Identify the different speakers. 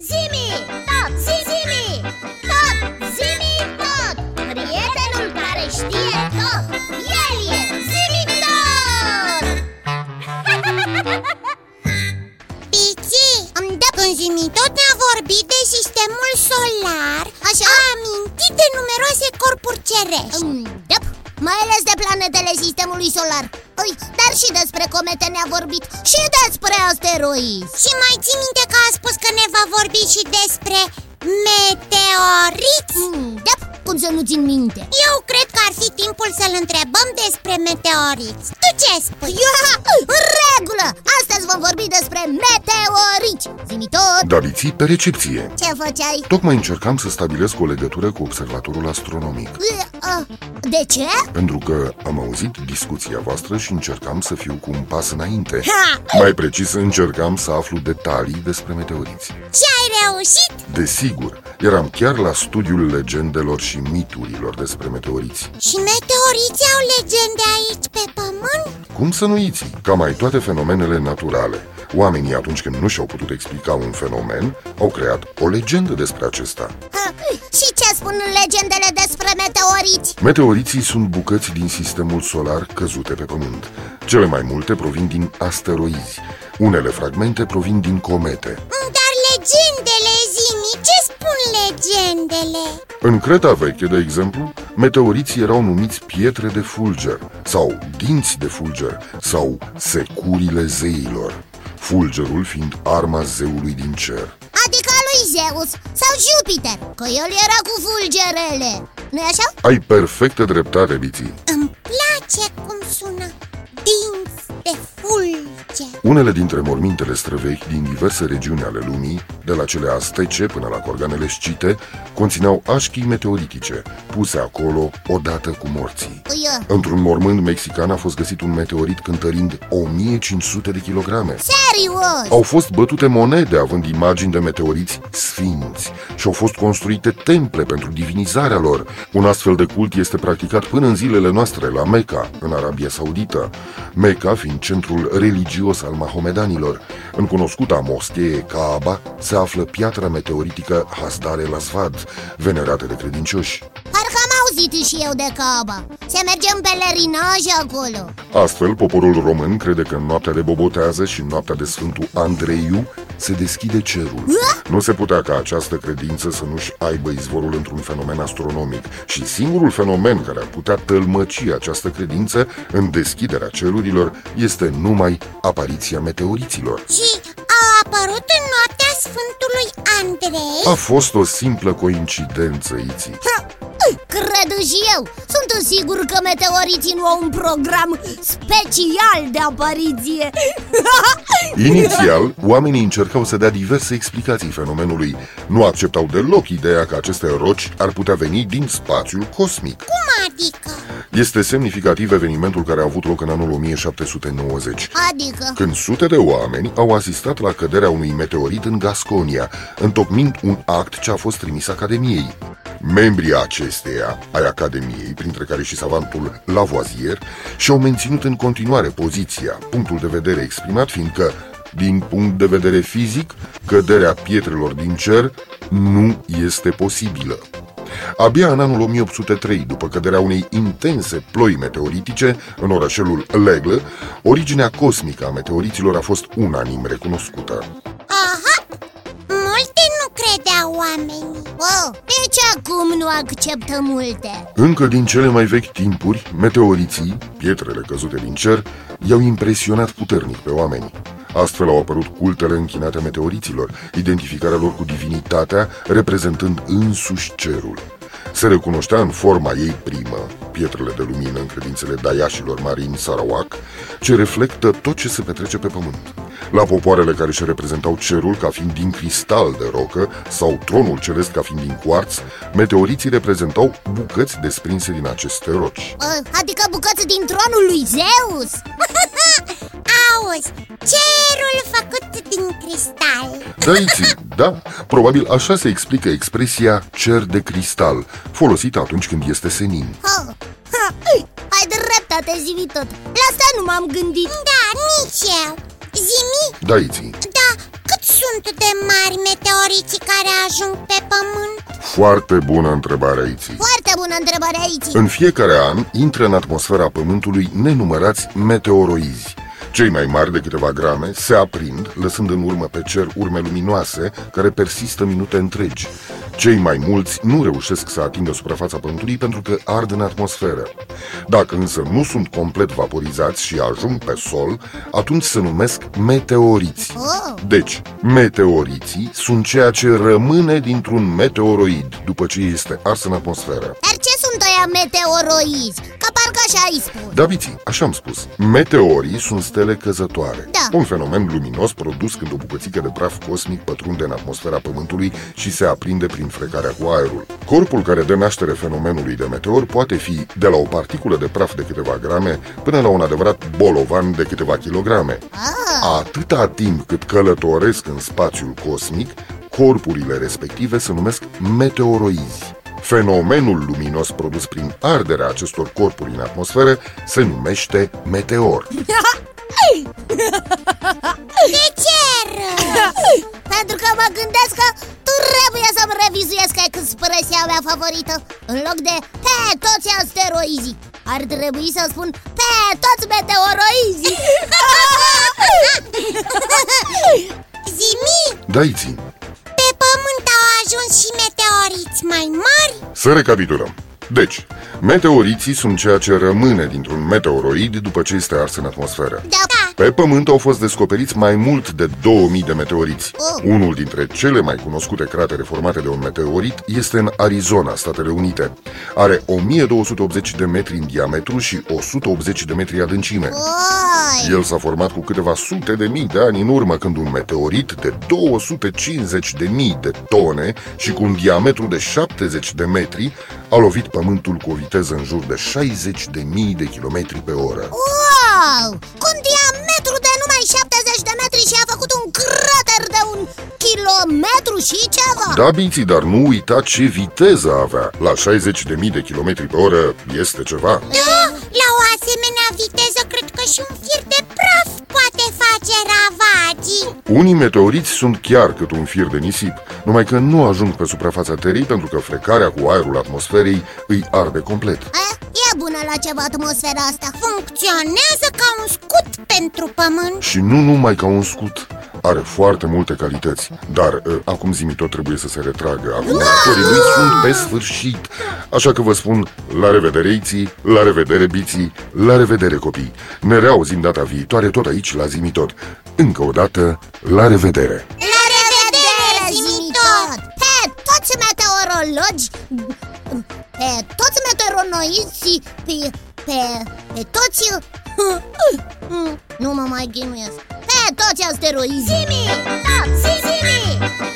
Speaker 1: Zimi, tot, zimi, tot, zimi, tot Prietenul care știe tot, el e zimi tot
Speaker 2: Pici, îmi dă când zimi tot ne-a vorbit de sistemul solar Așa A amintit de numeroase corpuri cerești
Speaker 1: Mm, Dăp, mai ales de planetele sistemului solar Ui, dar și despre comete ne-a vorbit și despre asteroizi
Speaker 2: Și mai ții minte că a spus că ne va vorbi și despre meteoriți?
Speaker 1: Mm, Dăp, cum să nu țin minte
Speaker 2: Eu cred că ar fi timpul să-l întrebăm despre meteoriți Tu ce spui?
Speaker 1: Ia, în regulă, astăzi vom vorbi despre meteorici Zimi tot,
Speaker 3: Daviții pe recepție.
Speaker 1: ce făceai?
Speaker 3: Tocmai încercam să stabilesc o legătură cu observatorul astronomic,
Speaker 1: De ce?
Speaker 3: pentru că am auzit discuția voastră și încercam să fiu cu un pas înainte.
Speaker 1: Ha!
Speaker 3: Mai precis, încercam să aflu detalii despre meteoriți.
Speaker 2: Și ai reușit?
Speaker 3: Desigur, eram chiar la studiul legendelor și miturilor despre meteoriți.
Speaker 2: Și meteoriții au legende aici pe pământ?
Speaker 3: Cum să nu iți? Ca mai toate fenomenele naturale. Oamenii, atunci când nu și-au putut explica un fenomen, au creat o legendă despre acesta.
Speaker 1: Și ce spun legendele despre meteoriți?
Speaker 3: Meteoriții sunt bucăți din sistemul solar căzute pe Pământ. Cele mai multe provin din asteroizi. Unele fragmente provin din comete.
Speaker 2: Dar legendele, zimi, ce spun legendele?
Speaker 3: În Creta veche, de exemplu, meteoriții erau numiți pietre de fulger, sau dinți de fulger, sau securile zeilor. Fulgerul fiind arma zeului din cer.
Speaker 1: Adică a lui Zeus sau Jupiter, că el era cu fulgerele nu așa?
Speaker 3: Ai perfectă dreptate, Biții.
Speaker 2: Îmi place cum sună dinți de fulger
Speaker 3: Unele dintre mormintele străvechi din diverse regiuni ale lumii, de la cele astece până la corganele scite, conțineau așchii meteoritice, puse acolo odată cu morții.
Speaker 1: Ia.
Speaker 3: Într-un mormânt mexican a fost găsit un meteorit cântărind 1500 de kilograme.
Speaker 1: Serios!
Speaker 3: Au fost bătute monede având imagini de meteoriți sfinți și au fost construite temple pentru divinizarea lor. Un astfel de cult este practicat până în zilele noastre la Mecca, în Arabia Saudită. Mecca fiind centrul religios al mahomedanilor. În cunoscuta moschee Kaaba se află piatra meteoritică Hasdare Lasvad, venerată de credincioși.
Speaker 1: Parcă am auzit și eu de caba Se merge în pelerinaj acolo
Speaker 3: Astfel, poporul român crede că în noaptea de Bobotează și în noaptea de Sfântul Andreiu se deschide cerul. Nu se putea ca această credință să nu-și aibă izvorul într-un fenomen astronomic și singurul fenomen care ar putea tălmăci această credință în deschiderea cerurilor este numai apariția meteoriților.
Speaker 2: Și au apărut în noaptea Sfântului Andrei
Speaker 3: A fost o simplă coincidență, Iții.
Speaker 1: uh, Cred și eu! Sunt sigur că meteoriții nu au un program special de apariție
Speaker 3: Inițial, oamenii încercau să dea diverse explicații fenomenului. Nu acceptau deloc ideea că aceste roci ar putea veni din spațiul cosmic.
Speaker 2: Cum adică?
Speaker 3: Este semnificativ evenimentul care a avut loc în anul 1790,
Speaker 1: Adică
Speaker 3: când sute de oameni au asistat la căderea unui meteorit în Gasconia, întocmind un act ce a fost trimis Academiei. Membrii acesteia, ai Academiei, printre care și savantul Lavoisier, și-au menținut în continuare poziția, punctul de vedere exprimat fiindcă, din punct de vedere fizic, căderea pietrelor din cer nu este posibilă. Abia în anul 1803, după căderea unei intense ploi meteoritice în orășelul Legle, originea cosmică a meteoriților a fost unanim recunoscută.
Speaker 2: Aha, multe nu credeau oamenii
Speaker 1: oh, Nici acum nu acceptă multe
Speaker 3: Încă din cele mai vechi timpuri, meteoriții, pietrele căzute din cer, i-au impresionat puternic pe oameni. Astfel au apărut cultele închinate meteoriților, identificarea lor cu divinitatea, reprezentând însuși cerul. Se recunoștea în forma ei primă, pietrele de lumină în credințele daiașilor marini Sarawak, ce reflectă tot ce se petrece pe pământ. La popoarele care își reprezentau cerul ca fiind din cristal de rocă sau tronul ceresc ca fiind din cuarț, meteoriții reprezentau bucăți desprinse din aceste roci.
Speaker 1: Uh, Adică bucăți din tronul lui Zeus?
Speaker 2: Auzi, cerul făcut din cristal
Speaker 3: Da, Iții, da, probabil așa se explică expresia cer de cristal, folosită atunci când este senin.
Speaker 1: Oh. Ha, ui, Ai dreptate, zimi tot La asta nu m-am gândit
Speaker 2: Da, nici eu Zimi,
Speaker 3: Da, Iții,
Speaker 2: da, cât sunt de mari meteoriții ajung pe pământ?
Speaker 3: Foarte bună întrebare, Iții.
Speaker 1: Foarte bună întrebare aici
Speaker 3: În fiecare an intră în atmosfera Pământului nenumărați meteoroizi. Cei mai mari de câteva grame se aprind, lăsând în urmă pe cer urme luminoase care persistă minute întregi. Cei mai mulți nu reușesc să atingă suprafața Pământului pentru că ard în atmosferă. Dacă însă nu sunt complet vaporizați și ajung pe sol, atunci se numesc meteoriți.
Speaker 1: Oh.
Speaker 3: Deci, meteoriții sunt ceea ce rămâne dintr-un meteoroid după ce este ars în atmosferă.
Speaker 1: Dar ce sunt ăia meteoroizi? Ca parcă așa îi spun
Speaker 3: Da, Biții, așa am spus. Meteorii sunt stele căzătoare.
Speaker 1: Da.
Speaker 3: Un fenomen luminos produs când o bucățică de praf cosmic pătrunde în atmosfera Pământului și se aprinde prin frecarea cu aerul. Corpul care dă naștere fenomenului de meteor poate fi de la o particulă de praf de câteva grame până la un adevărat bolovan de câteva kilograme.
Speaker 1: ah,
Speaker 3: Atâta timp cât călătoresc în spațiul cosmic, corpurile respective se numesc meteoroizi. Fenomenul luminos produs prin arderea acestor corpuri în atmosferă se numește meteor.
Speaker 2: De cer!
Speaker 1: Pentru că mă gândesc că trebuie să-mi revizuiesc expresia mea favorită În loc de pe toți asteroizii Ar trebui să spun pe toți meteoroizii
Speaker 2: Zimi,
Speaker 3: Daiți,
Speaker 2: pe pământ au ajuns și meteoriți mai mari?
Speaker 3: să recapitulăm. Deci, meteoriții sunt ceea ce rămâne dintr-un meteoroid după ce este ars în atmosferă.
Speaker 1: Da, da.
Speaker 3: Pe Pământ au fost descoperiți mai mult de 2000 de meteoriți.
Speaker 1: Oh.
Speaker 3: Unul dintre cele mai cunoscute cratere formate de un meteorit este în Arizona, Statele Unite. Are 1280 de metri în diametru și 180 de metri adâncime.
Speaker 1: Oi,
Speaker 3: El s-a format cu câteva sute de mii de ani în urmă când un meteorit de 250 de mii de tone și cu un diametru de 70 de metri a lovit Pământul cu o viteză în jur de 60 de mii de kilometri pe oră.
Speaker 1: wow, cu un diametru de numai 70 de metri și a făcut un crater de un kilometru și ceva
Speaker 3: Da, Biții, dar nu uita ce viteză avea. La 60.000 de km pe oră este ceva.
Speaker 2: Da, la o asemenea viteză cred că și un fir de praf poate face ravagii
Speaker 3: Unii meteoriți sunt chiar cât un fir de nisip, numai că nu ajung pe suprafața Terei pentru că frecarea cu aerul atmosferei îi arde complet.
Speaker 1: Eh, E bună la ceva atmosfera asta
Speaker 2: Funcționează ca un scut pentru pământ
Speaker 3: Și nu numai ca un scut. Are foarte multe calități, dar eh, acum zimi tot trebuie să se retragă. Acum actorii lui sunt pe sfârșit. Așa că vă spun la revedere, Iții, la revedere, Biții, la revedere, copii. Ne reauzim data viitoare tot aici la zimi tot. Încă o dată, la revedere!
Speaker 1: La
Speaker 2: revedere,
Speaker 1: zimitot! Pe toți meteorologi, pe toți meteoronoiții, pe, pe, pe toți... Nu mă mai ghinuiesc Pe toți asteroizii
Speaker 2: Zimi, tot, zimi,